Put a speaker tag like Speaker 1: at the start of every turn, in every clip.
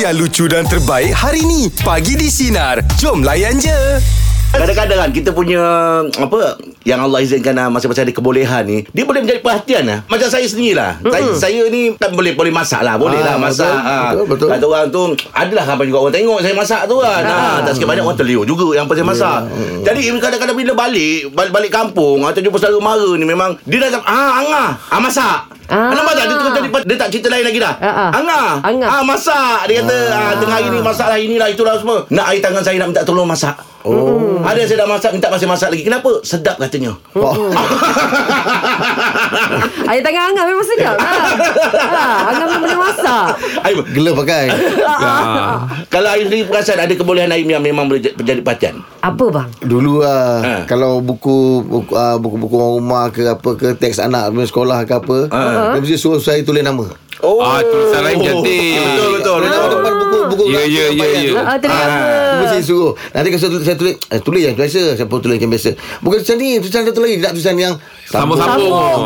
Speaker 1: yang lucu dan terbaik hari ni. Pagi di Sinar. Jom layan je.
Speaker 2: Kadang-kadang kan kita punya mm, apa yang Allah izinkan ah, masa-masa ada kebolehan ni dia boleh menjadi perhatian lah. Macam saya sendirilah. Mm-hmm. Saya, saya ni tak boleh boleh masak lah. Boleh
Speaker 3: Ah,
Speaker 2: lah masak.
Speaker 3: betul,
Speaker 2: ah.
Speaker 3: betul, betul.
Speaker 2: Kata orang tu adalah apa juga orang tengok saya masak tu kan. Ah. tak sikit banyak orang terliur juga yang pasal masak. Jadi kadang-kadang bila balik balik, balik kampung atau jumpa saudara mara ni memang dia dah ah angah ah masak. Ah.
Speaker 4: Ah.
Speaker 2: Nampak tak? Dia, tu- dia, dia tak cerita lain lagi dah.
Speaker 4: Ah, ah.
Speaker 2: Angah.
Speaker 4: Angah.
Speaker 2: Ah, masak. Dia kata, ah. tengah hari ni masak lah, inilah, itulah semua. Nak air tangan saya nak minta tolong masak. Oh. Ada yang saya dah masak, minta masih masak lagi. Kenapa? Sedap katanya.
Speaker 4: Air tangan Angah memang sedap lah. ha, Angah memang boleh masak.
Speaker 2: Air,
Speaker 3: Gela pakai
Speaker 2: kalau air sendiri perasan, ada kebolehan air yang memang boleh j- jadi perhatian.
Speaker 4: Apa bang?
Speaker 3: Dulu lah
Speaker 5: Ha.
Speaker 2: Ah.
Speaker 3: Kalau buku buku, ah, Buku-buku orang rumah ke apa ke Teks anak punya sekolah ke apa
Speaker 5: Ha.
Speaker 3: Dia mesti suruh saya tulis nama
Speaker 2: Oh.
Speaker 5: Ah, tulisan lain cantik.
Speaker 2: Betul, betul,
Speaker 3: Nama
Speaker 2: betul.
Speaker 3: depan buku buku
Speaker 5: Ya, ya, ya, ya.
Speaker 4: Ha, tadi
Speaker 3: Ah,
Speaker 4: apa?
Speaker 3: Dia mesti suruh Nanti kalau saya tulis Saya tulis, eh, tulis yang biasa Saya pun tulis yang biasa Bukan tulisan ni Tulisan satu lagi Tak tulisan yang
Speaker 5: Sambung-sambung.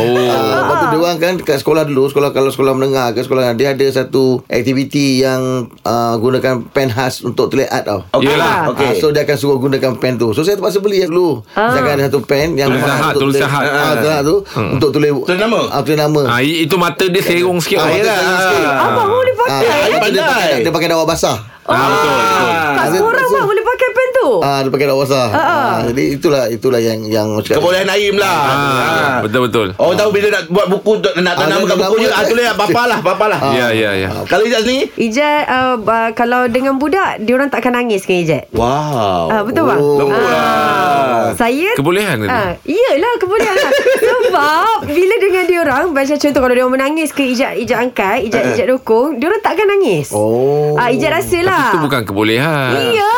Speaker 5: Oh.
Speaker 3: Ah, Lepas tu dia orang kan Dekat sekolah dulu sekolah Kalau sekolah menengah ke sekolah Dia ada satu aktiviti yang ah, Gunakan pen khas Untuk tulis art tau
Speaker 2: Okey.
Speaker 5: Yelah. Ah,
Speaker 2: Okey.
Speaker 3: Okay. Ah, so dia akan suruh gunakan pen tu. So saya terpaksa beli yang dulu.
Speaker 4: Ah.
Speaker 3: Saya akan ada satu pen yang
Speaker 5: Tulisan hak, tulisan hak.
Speaker 3: Ah, tulisan hak tu untuk tulis
Speaker 2: Tulis nama?
Speaker 3: Ah, tulis nama.
Speaker 5: Ah, i- itu mata dia serong sikit.
Speaker 3: Ah,
Speaker 5: Ah,
Speaker 3: mata
Speaker 5: yelah.
Speaker 3: serong sikit.
Speaker 5: Ah.
Speaker 4: Abang boleh
Speaker 3: Ah,
Speaker 4: pakai
Speaker 2: Ayah
Speaker 3: dia,
Speaker 4: eh? Oh,
Speaker 3: dia,
Speaker 2: pandai.
Speaker 3: pakai, dia pakai dawai basah.
Speaker 5: Ah, betul, betul.
Speaker 4: Tak semua orang bang boleh pakai pen tu.
Speaker 3: Ah, dia pakai dawai basah. Ah. jadi itulah itulah yang yang orang cakap.
Speaker 2: Kebolehan air lah.
Speaker 5: Ah, betul-betul.
Speaker 2: Orang tahu bila nak buat buku, nak
Speaker 3: Ah,
Speaker 2: tanam kat
Speaker 3: nama-
Speaker 2: buku je,
Speaker 3: nama-
Speaker 2: ah, tulis bapa lah, bapa lah.
Speaker 5: Ya, ya, ya.
Speaker 2: Kalau Ijaz ni?
Speaker 4: Ijat uh, uh, kalau dengan budak diorang takkan nangis ke Ijat?
Speaker 2: Wow.
Speaker 4: Ah, betul Ah. bang?
Speaker 3: Oh.
Speaker 2: Lembut lah.
Speaker 4: Saya
Speaker 5: Kebolehan kan? ke tu?
Speaker 4: Ah, Iyalah kebolehan lah. Sebab Bila dengan diorang Macam contoh Kalau diorang menangis ke Ijat, ijat angkat Ijat, ijat dokong Diorang takkan nangis
Speaker 3: Eh. Oh.
Speaker 4: ah, Ijat rasa
Speaker 5: Tapi
Speaker 4: lah
Speaker 5: itu bukan kebolehan.
Speaker 4: Iya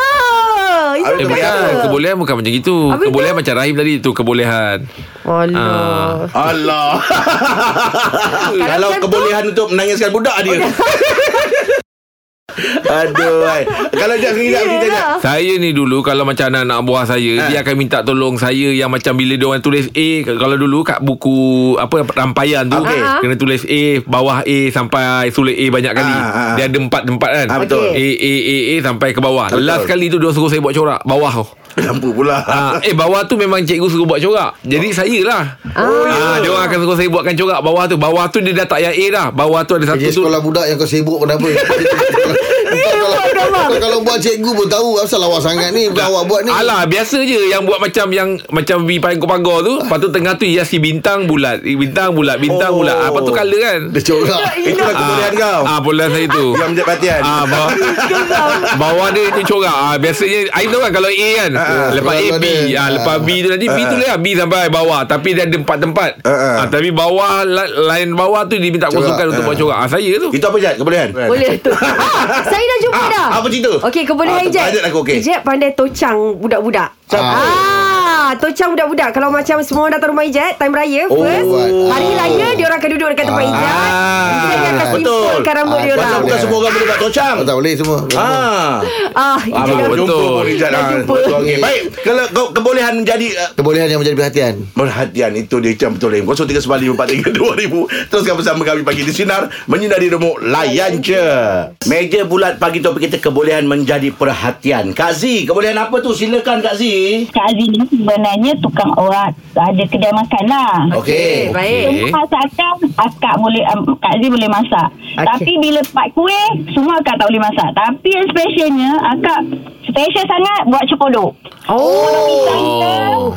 Speaker 4: Ijat
Speaker 5: Eh,
Speaker 4: bukan
Speaker 5: bukan.
Speaker 4: apa.
Speaker 5: Kebolehan bukan macam itu.
Speaker 4: Habis
Speaker 5: Kebolehan
Speaker 4: tu?
Speaker 5: macam Rahim tadi itu kebolehan.
Speaker 4: Alah
Speaker 2: Allah. Kalau
Speaker 4: macam tu-
Speaker 2: kebolehan untuk menangiskan budak
Speaker 4: Oh,
Speaker 2: dia. Aduh. ai. Kalau Ijaz sendiri nak cerita tak?
Speaker 5: Saya ni dulu Kalau macam anak-anak buah saya
Speaker 2: Eh.
Speaker 5: Dia akan minta tolong saya Yang macam bila dia orang tulis A Kalau dulu kat buku Apa Rampayan tu
Speaker 4: Okey.
Speaker 5: Kena tulis A Bawah A Sampai sulit A banyak kali
Speaker 2: Ah, ah.
Speaker 5: Dia ada empat-empat kan
Speaker 2: Ah, betul.
Speaker 5: A, A, A, A Sampai ke bawah
Speaker 2: Betul.
Speaker 5: Last kali tu Dia suruh saya buat corak Bawah tu
Speaker 2: Lampu pula.
Speaker 5: Ah, eh bawah tu memang cikgu suruh buat corak. Jadi saya lah. Oh,
Speaker 2: ya.
Speaker 5: ah, dia orang akan suruh saya buatkan corak bawah tu. Bawah tu dia dah tak payah A dah. Bawah tu ada satu
Speaker 3: Kerja
Speaker 5: tu.
Speaker 3: sekolah budak yang kau sibuk kenapa? Kalau, kalau, kalau buat cikgu pun tahu Asal lawa sangat ni Bukan awak buat ni
Speaker 5: Alah biasa je Yang buat macam Yang macam V pagar-pagar tu Lepas tu tengah tu Hiasi bintang bulat Eh, Bintang bulat Bintang
Speaker 2: Oh.
Speaker 5: bulat ah, Lepas tu colour kan
Speaker 3: Dia corak
Speaker 2: Ah. Itulah kan. kebolehan kau.
Speaker 5: Ah, bola saya tu
Speaker 2: Yang menjadi perhatian.
Speaker 5: Ah, bawah, bawah dia tu corak ah, Biasanya Aim tahu kan kalau A kan Lepas A
Speaker 3: Kalau
Speaker 5: B
Speaker 3: dia-
Speaker 5: ah, Lepas B tu nanti B tu lah B sampai bawah Tapi dia ada empat-tempat
Speaker 2: Ah, ah.
Speaker 5: ah, Tapi bawah la- Lain bawah tu Dia minta kosongkan untuk buat corak ah, Saya tu
Speaker 2: Itu apa Ijaz? Kebolehan?
Speaker 4: Boleh tu ah, Saya dah jumpa
Speaker 2: Ah,
Speaker 4: dah
Speaker 2: apa cerita?
Speaker 4: Okey kebolehan
Speaker 2: Ah,
Speaker 4: Ijat
Speaker 2: terbanyak aku, okey.
Speaker 4: Ijat pandai tocang budak-budak
Speaker 3: Siapa?
Speaker 4: Ah, Tocang budak-budak Kalau macam semua orang datang rumah Ijat Time raya
Speaker 2: Oh,
Speaker 4: first
Speaker 3: buat.
Speaker 4: Hari raya Diorang akan duduk dekat tempat
Speaker 3: Ah.
Speaker 4: Ijat Ijat akan
Speaker 2: Betul.
Speaker 4: simpulkan rambut
Speaker 3: Ah,
Speaker 4: diorang
Speaker 2: Pasal bukan semua orang boleh buat tocang.
Speaker 3: Tak boleh semua
Speaker 2: Ah.
Speaker 4: Ah,
Speaker 2: Ah,
Speaker 4: Ijat
Speaker 2: baru
Speaker 4: dah-
Speaker 2: jumpa
Speaker 5: betul.
Speaker 2: pun Ijaz.
Speaker 4: Dah
Speaker 2: Ah,
Speaker 4: jumpa.
Speaker 2: betul. Okey, Baik. Kalau kau kebolehan menjadi ah,
Speaker 3: Kebolehan yang menjadi perhatian
Speaker 2: Perhatian itu dia macam betul Im 0395432000 Teruskan bersama kami pagi di Sinar Menyinari remuk Layan je Meja bulat pagi topik kita Kebolehan menjadi perhatian Kak Z Kebolehan apa tu Silakan Kak Z
Speaker 6: Kak Aziz ni sebenarnya tukang orang ada kedai makan lah.
Speaker 4: Okey, baik.
Speaker 6: Semua masakan akak boleh um, Kak Aziz boleh masak.
Speaker 4: Okey.
Speaker 6: Tapi bila pak kuih semua akak tak boleh masak. Tapi yang specialnya akak special sangat buat cekodok.
Speaker 4: Oh.
Speaker 5: Oh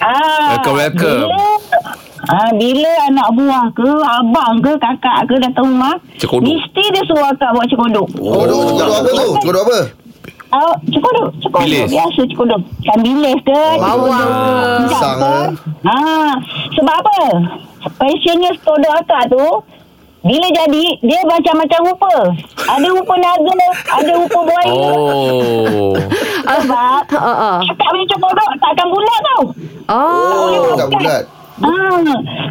Speaker 6: Ah,
Speaker 5: Welcome, welcome.
Speaker 6: Bila, ah, bila anak buah ke abang ke kakak ke datang rumah
Speaker 5: Cekodok.
Speaker 6: mesti dia suruh akak buat cekodok.
Speaker 4: Oh.
Speaker 2: Oh,
Speaker 3: Kau duduk kau duduk apa tu? Kau duduk apa?
Speaker 6: Oh, cekodok, cekodok
Speaker 5: Bilis.
Speaker 6: biasa cekodok. Kan bilis ke?
Speaker 4: Oh, Bawang.
Speaker 6: cekodok,
Speaker 3: Pisang
Speaker 6: apa. Ha, sebab apa? Passionnya cekodok akak tu bila jadi dia macam-macam rupa. Ada rupa naga, ada rupa buaya.
Speaker 5: Oh
Speaker 6: Sebab
Speaker 4: ah, ah.
Speaker 6: akak punya cekodok takkan bulat tau.
Speaker 4: Oh.
Speaker 6: Boleh
Speaker 3: Tak
Speaker 6: makan.
Speaker 3: bulat
Speaker 6: Ah,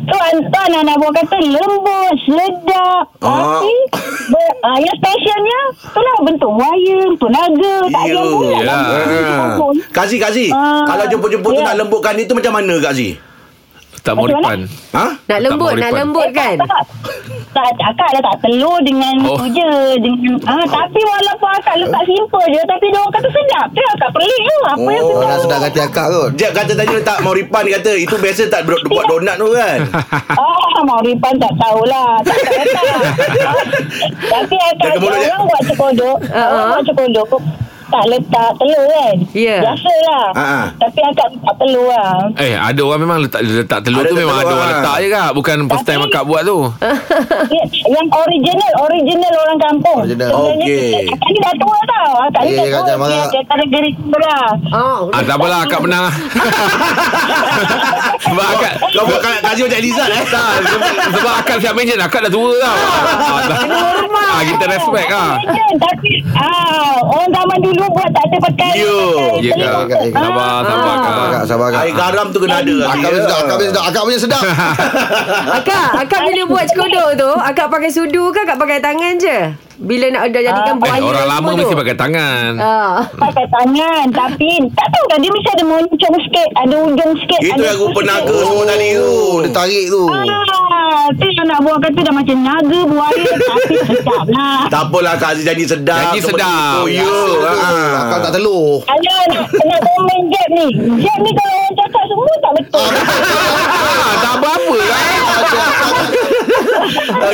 Speaker 6: tu tuan anak buah kata lembut, sedap.
Speaker 2: Ah.
Speaker 6: Tapi ber, ah, yang specialnya itulah bentuk buaya, bentuk naga, tak ada yang bulat.
Speaker 5: yelah.
Speaker 6: Dalam tu.
Speaker 2: Ya. Kak Z Kak Z
Speaker 6: Ya. Ah,
Speaker 2: Kalau jumpa-jumpa tu
Speaker 6: ya.
Speaker 2: nak lembutkan itu Macam mana Kak Z
Speaker 5: Tak mau
Speaker 6: Macam
Speaker 5: depan
Speaker 2: Ha?
Speaker 4: Nak lembut,
Speaker 5: Tak mahu
Speaker 4: nak
Speaker 5: depan.
Speaker 4: lembut kan?
Speaker 6: Tak. tak akak letak telur dengan
Speaker 5: Oh.
Speaker 6: oh. tu je dengan, ah, tapi walaupun akak letak simple je tapi dia orang kata sedap tu akak pelik tu apa oh. yang
Speaker 3: Oh,
Speaker 6: sedap
Speaker 3: nak sedap hati akak kot.
Speaker 2: Jeb kata tadi letak Mauripan dia kata itu biasa tak buat buat donat tu kan.
Speaker 6: Ah, Mauripan tak tahulah. Tak tak tak. Ah, Tapi akan
Speaker 2: Jaga mulut,
Speaker 6: orang
Speaker 2: Jack.
Speaker 6: buat cekodok.
Speaker 4: Ah,
Speaker 6: Orang
Speaker 4: ah.
Speaker 6: buat cekodok tak letak telur kan.
Speaker 4: Ya.
Speaker 6: Biasalah.
Speaker 2: Ah, ah.
Speaker 6: Tapi akak letak telur lah.
Speaker 5: Eh ada orang memang letak letak telur
Speaker 2: Ada
Speaker 5: tu
Speaker 2: letak
Speaker 5: memang
Speaker 2: telur,
Speaker 5: ada orang
Speaker 2: ah.
Speaker 5: letak je kak bukan first time
Speaker 6: Tapi-
Speaker 5: akak buat tu.
Speaker 6: Ya, Yang original, original orang kampung.
Speaker 3: Original.
Speaker 6: Sebenarnya
Speaker 2: Okey.
Speaker 6: kita- Akak ni dah tua tau. Akak ni
Speaker 3: Eh,
Speaker 6: dah
Speaker 3: Kak
Speaker 6: tua.
Speaker 3: Jamal.
Speaker 6: Dia, dia tarik diri semula.
Speaker 4: Oh,
Speaker 5: Ah, tak apalah akak menang lah. Sebab akak
Speaker 2: Kau buat kat Kazi macam Elizad eh.
Speaker 5: tak, sebab, sebab akak siap mention Akak dah tua tau ah, dah-
Speaker 4: hormat.
Speaker 5: ah, Kita respect lah
Speaker 6: Tapi ah, orang zaman dulu buat tak ada pakai.
Speaker 2: Yo.
Speaker 5: Ya kak
Speaker 6: pakai
Speaker 2: eh.
Speaker 6: telur.
Speaker 3: Kak.
Speaker 5: Sabar
Speaker 4: Ah.
Speaker 5: Sabar kak Eh,
Speaker 3: Sabar akak, sabar akak.
Speaker 2: Air garam tu kena ada ya. Kazi.
Speaker 3: Akak punya sedap, akak punya sedap, akak punya sedap.
Speaker 4: Akak, akak bila buat cekodok tu, akak pakai sudu ke akak pakai tangan je? Bila nak dah jadikan
Speaker 5: Eh,
Speaker 6: Ah.
Speaker 4: buaya
Speaker 5: orang
Speaker 4: semua
Speaker 5: lama
Speaker 4: tu.
Speaker 5: mesti pakai tangan
Speaker 4: Ah.
Speaker 6: pakai tangan tapi tak tahu dah dia mesti ada moncong sikit ada ujung sikit
Speaker 2: Itu
Speaker 6: ada
Speaker 2: yang rupa
Speaker 6: sikit.
Speaker 2: naga semua tadi tu.
Speaker 3: Oh, dia tarik tu.
Speaker 6: ah tu yang nak buat kata dah macam naga buaya tapi sedap lah
Speaker 2: Tak apalah Kak Aziz janji sedap.
Speaker 5: Janji
Speaker 2: Kau
Speaker 5: sedap.
Speaker 2: betul-betul, Ya. Ah.
Speaker 3: Akak tak telur.
Speaker 6: Alah nak kena komen Jeb ni Jeb ni kalau orang cakap semua tak betul
Speaker 5: ah, Tak apa-apa lah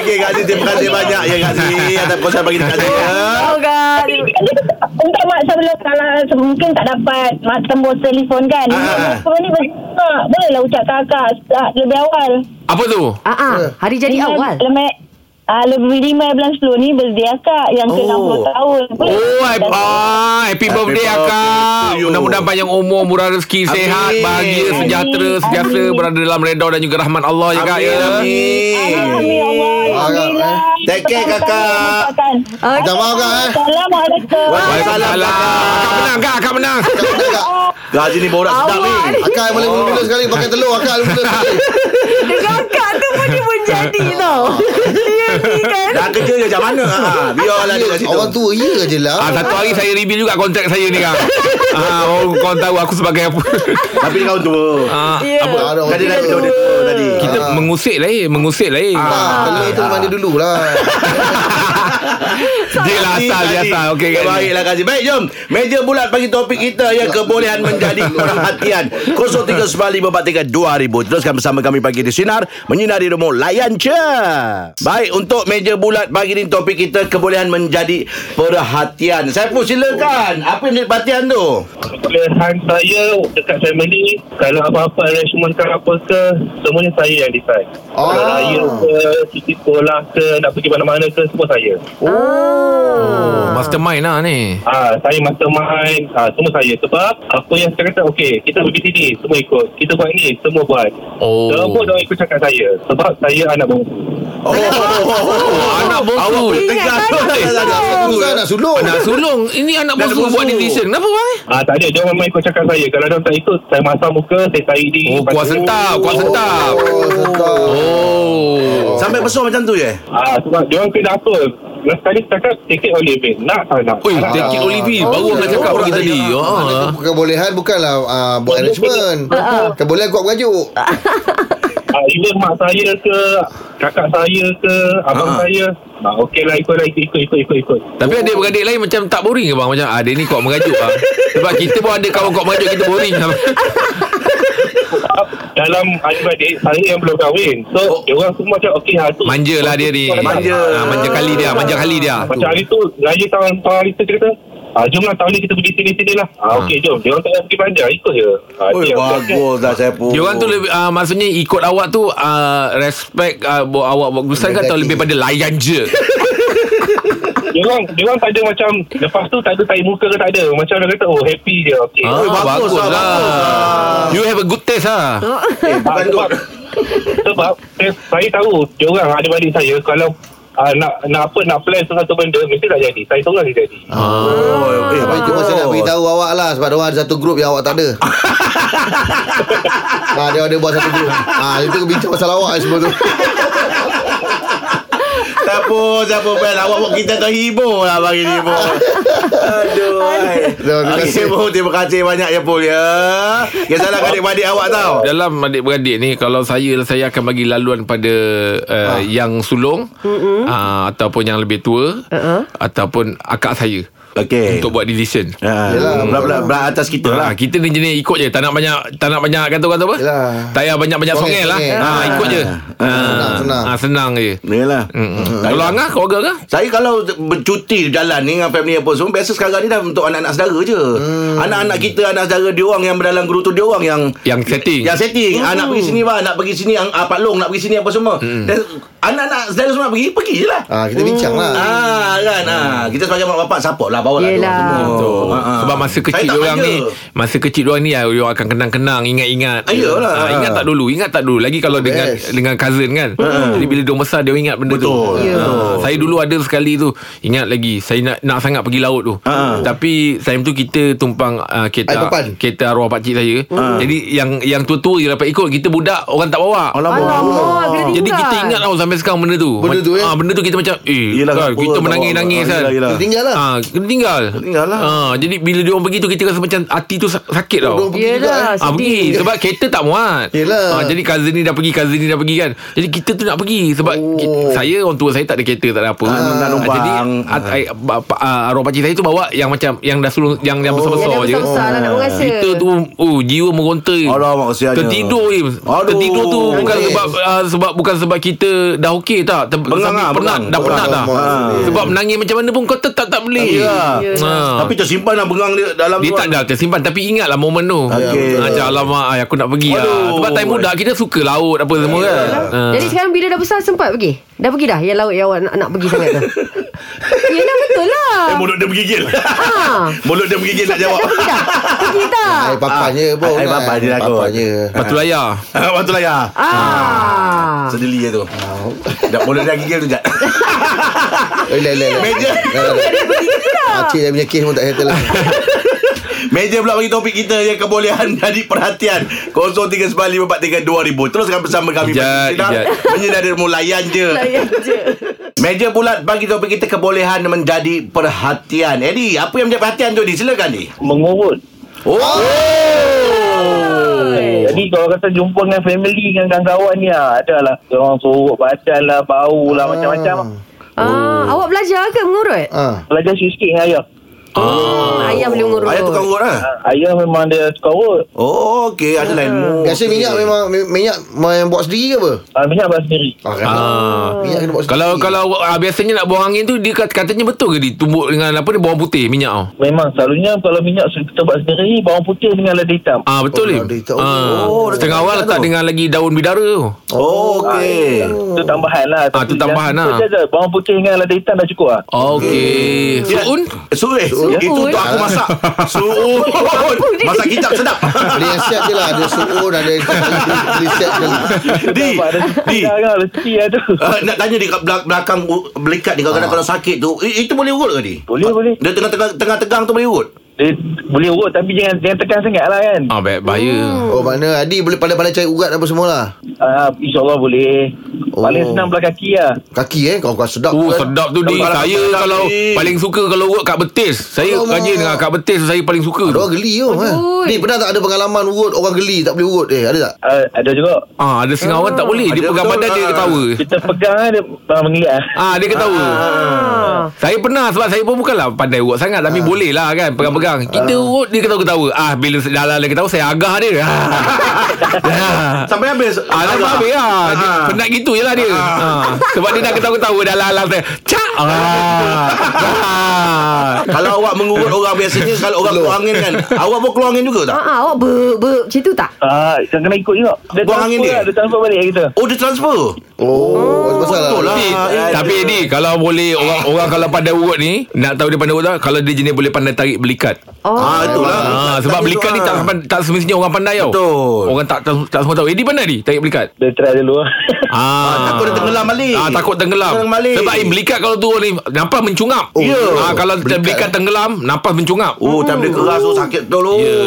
Speaker 2: Okey Kak Aziz terima kasih banyak ya Kak Aziz atas pesan bagi dekat saya.
Speaker 4: Oh, God.
Speaker 6: Tapi dia kata, untuk mak sebelum kalau mungkin tak dapat mak tembus telefon kan
Speaker 2: Ah.
Speaker 6: Sebelum ni berjumpa bolehlah ucap kakak ah, lebih awal
Speaker 5: Apa tu?
Speaker 4: Ah, ah. Hari jadi
Speaker 6: Lima-
Speaker 4: awal.
Speaker 6: lemak Ah, lebih lima bulan sepuluh ni berdia kak yang ke
Speaker 2: Oh.
Speaker 6: 60 tahun.
Speaker 5: Oh, happy, ah, happy birthday
Speaker 2: birthday to
Speaker 5: akak
Speaker 2: you.
Speaker 5: Mudah-mudahan panjang umur Murah
Speaker 2: Amin.
Speaker 5: rezeki Sehat Bahagia
Speaker 2: Amin.
Speaker 5: Sejahtera Sentiasa
Speaker 6: Amin.
Speaker 5: Berada dalam reda Dan juga rahmat Allah ya kak ya
Speaker 2: Amin. Amin.
Speaker 6: Amin, Allah. Alhamdulillah.
Speaker 2: Take care, kakak.
Speaker 4: Ah,
Speaker 3: Minta maaf kak eh.
Speaker 6: Assalamualaikum.
Speaker 5: Waalaikumsalam Akak menang kak Akak menang
Speaker 3: Akak betul kak.
Speaker 2: Kak Aziz ni borak sedap ni.
Speaker 4: Awal.
Speaker 3: Akak boleh
Speaker 2: Oh.
Speaker 3: mula sekali pakai telur, akak mula sekali.
Speaker 4: Dengan akak tu pun dia pun jadi tau. Dia ni kan.
Speaker 2: Dah kerja dia macam mana? Ha, biarlah dia kat situ.
Speaker 3: Orang tua ya je lah.
Speaker 5: Ah, satu hari saya reveal juga kontrak saya ni kak ah, Orang kau tahu aku sebagai apa
Speaker 2: Tapi dia kawan tua.
Speaker 5: ah,
Speaker 4: Ya.
Speaker 5: apa?
Speaker 3: Ah, ada orang
Speaker 2: Kan dia dah
Speaker 3: tua.
Speaker 2: tua dia tua tadi.
Speaker 5: Kita
Speaker 3: Ah.
Speaker 5: mengusik lain Mengusik lain
Speaker 3: Ah, telur tu mandi dulu lah.
Speaker 5: Dia lah asal Dia asal Okey
Speaker 2: okay,
Speaker 5: kan
Speaker 2: Baiklah Kak Aziz Baik jom Meja bulat bagi topik kita Ya kebolehan menjadi orang hatian 0395432000 Teruskan bersama kami pagi di Sinar Menyinari rumah layan ce Baik untuk meja bulat pagi ni topik kita Kebolehan menjadi perhatian Saya pun silakan Apa yang menjadi perhatian tu?
Speaker 7: Pilihan saya dekat family Kalau apa-apa arrangement ke apa ke Semuanya saya yang decide
Speaker 3: Oh.
Speaker 7: Kalau
Speaker 5: Ah.
Speaker 7: raya ke Cuti sekolah ke Nak pergi mana-mana ke Semua saya
Speaker 5: Oh, mastermind lah ni
Speaker 7: Ah, Saya mastermind ah, Semua saya Sebab Apa yang saya kata Okey kita pergi sini Semua ikut Kita buat ni Semua buat
Speaker 5: Oh.
Speaker 7: Semua orang ikut cakap saya Sebab saya anak bongsu
Speaker 2: Oh,
Speaker 5: Oh, anak
Speaker 2: Awak
Speaker 5: bongsu
Speaker 2: boleh tegas tu
Speaker 3: Susah nak Ah, sulung.
Speaker 5: Anak sulung Ini anak
Speaker 2: Anak
Speaker 5: bongsu buat
Speaker 2: bongsu.
Speaker 5: decision Kenapa bang?
Speaker 7: Ah, tak ada Dia memang ikut cakap saya Kalau dia tak ikut Saya masam muka Saya tarik diri
Speaker 5: Oh, kuat
Speaker 7: Lepas tu-
Speaker 5: sentap Kuat sentap
Speaker 3: Oh, sedap.
Speaker 5: Oh
Speaker 2: Sampai besar macam tu je
Speaker 7: Ah, sebab dia orang kena apa? Last kali cakap take it or leave it. Nak tak nak.
Speaker 5: Ui,
Speaker 7: Ah,
Speaker 5: take it Olivia Baru
Speaker 2: Oh,
Speaker 5: nak
Speaker 2: oh,
Speaker 5: cakap
Speaker 2: orang
Speaker 5: pagi
Speaker 2: tadi,
Speaker 5: tadi
Speaker 2: ah.
Speaker 5: Ah.
Speaker 3: Kebolehan bukanlah ah, buat arrangement. Kebolehan kuat berajuk.
Speaker 7: ah, even mak saya ke, kakak saya ke, abang
Speaker 2: Ah.
Speaker 7: saya. Ah, okey lah, ikut lah, ikut, ikut, ikut, ikut. ikut.
Speaker 5: Tapi adik beradik lain Macam tak boring ke bang Macam ah, dia ni kuat mengajuk ah. Sebab kita pun ada Kawan kuat mengajuk Kita boring
Speaker 7: Sebab dalam adik-adik, saya yang belum kahwin. So,
Speaker 5: Oh.
Speaker 7: dia orang semua macam, okey lah tu.
Speaker 5: Manja lah dia ni
Speaker 2: Manja.
Speaker 5: Ah, Manja kali dia Manja kali dia
Speaker 7: Macam hari tu, raya tahun, tahun hari tu dia kata, Ah, jom lah tahun ni kita pergi sini-sini lah. Ah, okey, jom. Dia orang tak payah pergi panjang. Ikut je. Ah,
Speaker 2: Oh,
Speaker 7: dia-
Speaker 2: bagus dah saya pun
Speaker 5: Dia orang tu lebih uh, maksudnya ikut awak tu uh, respect uh, buat awak buat keputusan kan atau
Speaker 3: Mendaki.
Speaker 5: lebih pada layan je.
Speaker 7: Dia orang, dia orang tak ada macam, lepas tu tak ada tarik muka ke tak ada. Macam dia kata, oh happy je. Okey.
Speaker 5: Ah,
Speaker 2: bagus lah, bagus lah.
Speaker 5: You have a good taste lah.
Speaker 2: Eh, bukan
Speaker 7: Ah,
Speaker 2: tu
Speaker 7: sebab sebab saya, saya tahu dia orang adik-adik saya kalau uh, nak nak apa nak plan sesuatu benda mesti tak jadi. Saya seorang je jadi.
Speaker 5: Ah.
Speaker 2: Oh, eh,
Speaker 3: Tapi
Speaker 2: bagus.
Speaker 3: cuma saya nak beritahu awak lah Sebab diorang ada satu grup yang awak tak ada Nah, Ah, dia ada buat satu grup Ah, Itu bincang pasal awak eh, semua tu
Speaker 2: Tak Siapa Siapa Ben Awak buat kita terhibur lah Bagi ni pun Aduh hai.
Speaker 3: Terima kasih.
Speaker 2: Okey pun Terima kasih banyak ya Pul ya Ya salah adik-adik awak tau
Speaker 5: Dalam adik-beradik ni Kalau saya Saya akan bagi laluan pada
Speaker 2: Ah.
Speaker 5: uh, Yang sulung uh, Ataupun yang lebih tua uh-huh. Ataupun akak saya
Speaker 2: Okey
Speaker 5: Untuk buat decision
Speaker 2: Ha,
Speaker 3: Yelah,
Speaker 2: belah-belah belah atas kita lah.
Speaker 5: Ha, kita ni jenis ikut je Tak nak banyak Tak nak banyak kata kata apa
Speaker 3: Yelah.
Speaker 5: Tak payah banyak-banyak
Speaker 3: Songel,
Speaker 5: songel lah
Speaker 3: songel.
Speaker 5: ha,
Speaker 2: Ah. Hmm,
Speaker 5: Ikut je ha,
Speaker 3: Senang, senang.
Speaker 5: ha, senang je
Speaker 2: Yalah.
Speaker 5: Mm-mm. Kalau Angah Keluarga Angah
Speaker 2: Saya kalau bercuti jalan ni dengan family apa semua biasa sekarang ni dah untuk anak-anak saudara je.
Speaker 3: Hmm.
Speaker 2: Anak-anak kita anak saudara dia orang yang berdalam guru tu dia orang yang
Speaker 5: Yang setting.
Speaker 2: Yang setting. Hmm. Anak pergi sini bah, nak pergi sini yang ah, Pak Long nak pergi sini apa semua.
Speaker 5: Hmm.
Speaker 2: Dan anak-anak saudara semua nak pergi pergi je lah.
Speaker 3: Ah, kita bincang lah.
Speaker 5: Oh.
Speaker 2: Ah kan ah. Kita sebagai mak bapak support lah bawa lah dia orang
Speaker 4: Yelah.
Speaker 2: semua.
Speaker 5: Hmm. Betul.
Speaker 2: Ah, ah.
Speaker 5: Oh. Sebab masa
Speaker 2: Saya
Speaker 5: kecil
Speaker 2: tak
Speaker 5: orang
Speaker 2: manja.
Speaker 5: ni Masa kecil orang ni ah, Orang akan kenang-kenang Ingat-ingat
Speaker 2: Ah, iyalah.
Speaker 5: Ah, Ingat tak dulu Ingat tak dulu Lagi kalau dengan
Speaker 3: Best.
Speaker 5: Dengan cousin kan Jadi bila dia besar Dia ingat benda
Speaker 2: Ah, Betul.
Speaker 5: tu
Speaker 2: Ya.
Speaker 5: Ah, Saya dulu ada sekali tu Ingat lagi Saya nak nak sangat pergi laut tu
Speaker 2: Ah,
Speaker 5: Tapi Time tu kita tumpang
Speaker 3: Air
Speaker 5: ah, Kereta
Speaker 3: papan.
Speaker 5: Kereta arwah pakcik saya
Speaker 2: Ah,
Speaker 5: Jadi yang yang tua-tua je dapat ikut Kita budak Orang tak bawa
Speaker 2: Alamak.
Speaker 4: Alamak kena tinggal
Speaker 5: jadi kita ingat lah. tau sampai sekarang benda tu.
Speaker 3: Benda
Speaker 5: Mac-
Speaker 3: tu, eh?
Speaker 5: Ah benda tu kita macam eh
Speaker 2: Yelah,
Speaker 5: kan,
Speaker 2: kenapa
Speaker 5: kita
Speaker 2: tak
Speaker 5: menangis-nangis
Speaker 2: bawa?
Speaker 5: kan.
Speaker 2: Yelah, yelah.
Speaker 3: Kita tinggal lah.
Speaker 5: Ah kena tinggal.
Speaker 2: tinggal lah.
Speaker 5: Ah jadi bila dia orang pergi tu kita rasa macam hati tu sa- sakit tau.
Speaker 3: Dorang pergi juga,
Speaker 4: Yelah.
Speaker 3: eh.
Speaker 5: Ah pergi sebab kereta tak muat.
Speaker 3: Yelah.
Speaker 5: Ah jadi cousin ni dah pergi, cousin ni dah pergi kan. Jadi kita tu nak pergi sebab
Speaker 3: Oh.
Speaker 5: oh. kita, saya orang tua saya tak ada kereta, tak ada apa.
Speaker 2: Ah, tak numpang.
Speaker 5: jadi at, ai- ba- pa- ah, arwah pakcik saya tu bawa yang macam yang dah sulung yang yang
Speaker 4: Yang
Speaker 5: besar-besar
Speaker 4: dah
Speaker 5: je.
Speaker 4: besar-besar lah nak orang rasa
Speaker 5: Kita tu oh jiwa meronta.
Speaker 2: Alamak, kesiannya.
Speaker 5: Tertidur Im.
Speaker 2: Aduh.
Speaker 5: Tertidur tu bukan
Speaker 3: Nangis.
Speaker 5: sebab ah, sebab bukan sebab kita dah okey tak. Ter-
Speaker 2: Bengang
Speaker 5: sambil
Speaker 2: lah,
Speaker 5: penat,
Speaker 2: bengang.
Speaker 5: dah penat dah. Ah.
Speaker 3: Alamak,
Speaker 2: Ah.
Speaker 3: sedih.
Speaker 5: Sebab menangis macam mana pun kau tetap tak boleh.
Speaker 2: Ya.
Speaker 5: Hmm. Ah.
Speaker 2: Tapi tersimpan lah bengang dia dalam
Speaker 5: Dia
Speaker 2: tu
Speaker 5: tak dah tersimpan Tapi ingatlah momen tu
Speaker 2: Okey.
Speaker 5: okay. Macam alamak ay, Aku nak pergi lah
Speaker 2: Aduh.
Speaker 5: Sebab time muda Kita suka laut Apa semua kan ha.
Speaker 4: Jadi sekarang bila dah besar sempat pergi? Dah pergi dah yang laut yang awak nak, nak pergi sangat tu. Yelah betul lah.
Speaker 2: Eh, mulut dia bergigil.
Speaker 4: Ah.
Speaker 2: mulut dia bergigil nak jawab.
Speaker 4: Pergi dah. Pergi dah.
Speaker 5: Ya,
Speaker 3: Air
Speaker 2: Ah,
Speaker 3: papannya Eh,
Speaker 5: eh,
Speaker 3: pun.
Speaker 2: air
Speaker 3: kan.
Speaker 2: papan je lah kot.
Speaker 3: Papannya.
Speaker 5: Batu layar
Speaker 2: Ah, Waktu lah ya.
Speaker 4: Ah.
Speaker 2: Sedeli je tu. Dah mulut dia gigil tu jap.
Speaker 3: Eh, leh, leh, leh.
Speaker 2: Meja
Speaker 3: Leh, leh, leh. Pakcik yang punya kes pun tak settle lah.
Speaker 2: Meja pula bagi topik kita yang kebolehan jadi perhatian. 0395432000. Teruskan bersama kami
Speaker 5: Ijat,
Speaker 2: Pagi Sinar.
Speaker 5: ijat.
Speaker 2: Menyinari mulayan je.
Speaker 4: Layan je.
Speaker 2: Meja bulat bagi topik kita kebolehan menjadi perhatian. Eddie, apa yang menjadi perhatian tu Eddie? Silakan Eddie.
Speaker 7: Mengungut.
Speaker 2: Oh.
Speaker 7: Jadi kalau kata jumpa dengan family Dengan kawan ni ah, Adalah Orang sorok badan lah Bau lah Macam-macam
Speaker 2: Oh.
Speaker 4: Ah, awak belajar ke mengurut?
Speaker 3: Ah.
Speaker 7: Belajar sikit-sikit dengan ayah
Speaker 4: Oh, ayah boleh mengurut.
Speaker 2: Ayah Ah. tukang urut lah.
Speaker 7: Ah, Ayah memang dia suka urut
Speaker 2: Oh, okey. Ada lain. Oh,
Speaker 3: Biasa
Speaker 2: okey.
Speaker 3: minyak memang mi- minyak main buat sendiri ke apa?
Speaker 7: Ah, Minyak abang sendiri
Speaker 3: Ah, kan.
Speaker 5: Ah.
Speaker 3: Minyak kena buat
Speaker 5: Kalau
Speaker 3: sendiri.
Speaker 5: kalau ah, biasanya nak buang angin tu dia kat- katanya betul ke ditumbuk dengan apa ni bawang putih minyak tu?
Speaker 7: Memang selalunya Kalau minyak kita buat sendiri Bawang putih dengan lada hitam
Speaker 5: Ah
Speaker 3: Oh,
Speaker 5: betul ni.
Speaker 3: ada hitam.
Speaker 5: Ah,
Speaker 2: Oh, ada
Speaker 5: setengah
Speaker 2: hitam
Speaker 5: awal letak
Speaker 2: tu.
Speaker 5: dengan lagi daun bidara tu.
Speaker 2: Oh, okey.
Speaker 7: Itu tambahan lah
Speaker 5: Ah, tu
Speaker 7: Tapi
Speaker 5: tambahan
Speaker 7: yang
Speaker 5: lah.
Speaker 7: kita je ada, Bawang putih dengan lada hitam dah cukup lah
Speaker 5: Okey. Suun?
Speaker 2: Suun. Suun. eh? Itu untuk aku masak. Suun. Masak kicap sedap.
Speaker 3: Beli yang siap je lah Ada suun Ada Beli siap je lah
Speaker 2: Di.
Speaker 7: Nampak ada
Speaker 2: Di.
Speaker 7: Dah kan rezeki lah tu
Speaker 2: Uh, nak tanya di kat belak- belakang u- belikat
Speaker 3: Ah.
Speaker 2: ni kadang-kadang kalau sakit tu i- itu boleh urut ke ni?
Speaker 7: Boleh, boleh.
Speaker 2: Dia tengah-tengah tengah tegang tu boleh urut.
Speaker 7: Dia boleh urut Tapi jangan jangan tekan sangat lah kan
Speaker 5: Ah baik bahaya.
Speaker 3: Oh mana Adi boleh pandai-pandai cari urat apa semua lah
Speaker 7: ah, InsyaAllah boleh
Speaker 3: Oh.
Speaker 7: Paling senang belah kaki lah
Speaker 3: Kaki eh Kau kau sedap
Speaker 5: Oh
Speaker 3: kan?
Speaker 5: sedap tu di
Speaker 2: Kalau-
Speaker 5: Saya
Speaker 2: kalau-
Speaker 5: kalau
Speaker 2: kalau-
Speaker 5: Paling suka kalau urut kat betis Saya
Speaker 3: Alamak.
Speaker 5: rajin dengan kat betis tu Saya paling suka tu
Speaker 3: Orang geli tu eh.
Speaker 4: Aduh.
Speaker 3: Ni pernah tak ada pengalaman urut Orang geli tak boleh urut Eh ada tak
Speaker 7: ah, Ada juga
Speaker 5: Ah ada setengah orang tak boleh Dia
Speaker 2: Ada
Speaker 5: pegang
Speaker 2: betul
Speaker 5: badan dia
Speaker 2: lah.
Speaker 5: ketawa
Speaker 7: Kita pegang lah Dia ah, mengelak lah
Speaker 5: Ah dia ketawa
Speaker 4: Ah.
Speaker 5: Saya pernah sebab saya pun bukanlah pandai urut sangat tapi boleh lah kan pegang-pegang. Kita urut dia ketawa-ketawa. Ah bila dah lah dia ketawa saya agah dia. Ah. Ah.
Speaker 2: Sampai habis.
Speaker 5: Ah, lama habis lah dia,
Speaker 2: Ah.
Speaker 5: Penat gitu je lah dia ah. Sebab dia dah ketawa-ketawa Dah lalang saya Cak ah. ah.
Speaker 2: Kalau awak mengurut orang biasanya kalau orang keluar angin kan, awak pun keluar angin juga tak?
Speaker 4: Ah, ah, awak ber, ber macam tu tak?
Speaker 7: Ah, jangan kena ikut juga Dia
Speaker 2: Buang angin
Speaker 7: transfer
Speaker 2: dia?
Speaker 7: lah, Dia transfer balik kita
Speaker 2: Oh, dia transfer.
Speaker 3: Oh Pasal
Speaker 2: Betul lah.
Speaker 5: Tapi,
Speaker 2: Ah,
Speaker 5: Eh, tapi
Speaker 2: aduh.
Speaker 5: ni Kalau boleh Orang orang kalau pandai urut ni Nak tahu dia pandai urut tak Kalau dia jenis boleh pandai tarik belikat
Speaker 4: Oh.
Speaker 2: Ah, itulah.
Speaker 5: Ah, sebab
Speaker 2: Tak
Speaker 5: belikat ni
Speaker 2: urut
Speaker 5: tak,
Speaker 2: lah.
Speaker 5: tak semestinya orang pandai tau.
Speaker 2: Betul.
Speaker 5: Orang tak tak, tak semua tahu. Eddie pandai ni tarik belikat.
Speaker 7: Dia try dulu
Speaker 5: Ah,
Speaker 2: takut dia tenggelam balik.
Speaker 5: Ah, takut tenggelam.
Speaker 2: Tenggelam balik.
Speaker 5: Sebab eh, belikat kalau turun ni nampak mencungap.
Speaker 3: Oh, ya.
Speaker 5: Ah, kalau belikat,
Speaker 3: Belikat.
Speaker 5: belikat tenggelam, nampak mencungap.
Speaker 2: Oh, tak boleh keras tu sakit betul. Oh. Ah.
Speaker 5: Ya.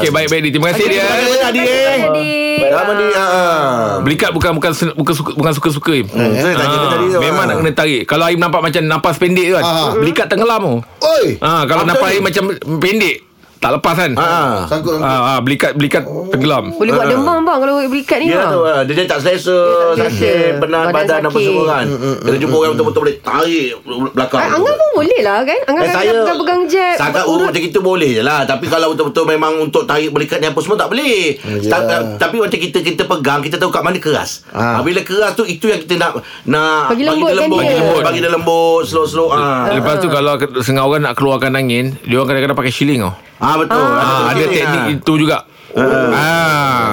Speaker 5: Okey, baik baik Eddie. Terima kasih eh.
Speaker 2: Terima
Speaker 5: dia.
Speaker 2: kasih eh. banyak, Adi.
Speaker 4: Jadi,
Speaker 2: Lama ni. ah, ah.
Speaker 5: Belikat bukan bukan sen- bukan suka, bukan suka-suka Im.
Speaker 3: Hmm, saya tanya dia tadi
Speaker 2: lah.
Speaker 3: tu.
Speaker 5: memang
Speaker 3: Ah.
Speaker 5: nak kena tarik. Kalau Im nampak macam napas pendek tu kan.
Speaker 3: Ah.
Speaker 5: Belikat tenggelam tu.
Speaker 3: Oi.
Speaker 2: Ah.
Speaker 5: Ha, kalau
Speaker 2: Apa
Speaker 5: napas
Speaker 2: ni?
Speaker 5: Im macam pendek. Tak lepas kan. Ha.
Speaker 2: Ah.
Speaker 3: Sangkut
Speaker 5: Ha,
Speaker 3: sangkut.
Speaker 5: belikat belikat tenggelam.
Speaker 4: Boleh buat demam bang Kalau berikat ni
Speaker 2: Ya
Speaker 4: bang
Speaker 2: tu ah. Dia jadi tak selesa
Speaker 4: Dia tak selesa.
Speaker 2: Sakit Penat
Speaker 4: Badan
Speaker 2: badan apa
Speaker 4: sakit.
Speaker 2: semua kan Kita jumpa orang betul-betul Boleh tarik Belakang
Speaker 4: Ah, Angah pun boleh lah kan Angah
Speaker 2: Eh,
Speaker 4: kan
Speaker 2: saya
Speaker 4: pegang-pegang jab
Speaker 2: Sangat urut macam itu boleh je lah Tapi kalau betul-betul memang Untuk tarik berikat ni apa semua tak boleh
Speaker 3: Ya.
Speaker 2: Ta- Tapi macam kita Kita pegang Kita tahu kat mana keras
Speaker 3: Ah.
Speaker 2: ha. Bila keras tu Itu yang kita nak nak
Speaker 4: Bagi lembutkan
Speaker 2: Bagi
Speaker 4: dia.
Speaker 2: lembut Bagi dia lembut Slow-slow
Speaker 5: Ha.
Speaker 2: Ah,
Speaker 5: Lepas tu kalau ke- setengah orang nak keluarkan angin, dia orang kadang-kadang pakai shilling tau.
Speaker 2: ah betul
Speaker 5: Ha, ada
Speaker 2: Ah.
Speaker 5: teknik itu juga. Ha.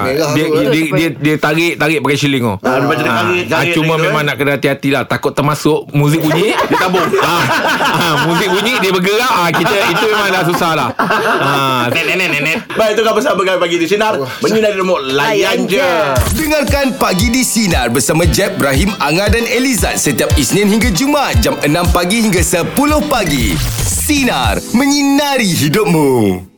Speaker 3: Merah
Speaker 5: Dia,
Speaker 3: tu, eh.
Speaker 5: dia, dia, dia, dia tarik tarik pakai shilling tu.
Speaker 2: Ah, dia macam dia tarik,
Speaker 5: Ah,
Speaker 2: tarik
Speaker 5: cuma
Speaker 2: gitu,
Speaker 5: memang
Speaker 2: eh.
Speaker 5: nak kena hati-hati lah Takut termasuk Muzik bunyi Dia tabung ha, ha, Muzik bunyi Dia bergerak ha, kita Itu memang dah susah lah ha, Nenek nenek nenek
Speaker 2: Baik tu kan bersama kami pagi di Sinar Menyinari remuk Layan je
Speaker 1: Dengarkan Pagi di Sinar bersama Jeb, Ibrahim, Anga dan Elizad setiap Isnin hingga Jumaat jam 6 pagi hingga 10 pagi. Sinar, menyinari hidupmu.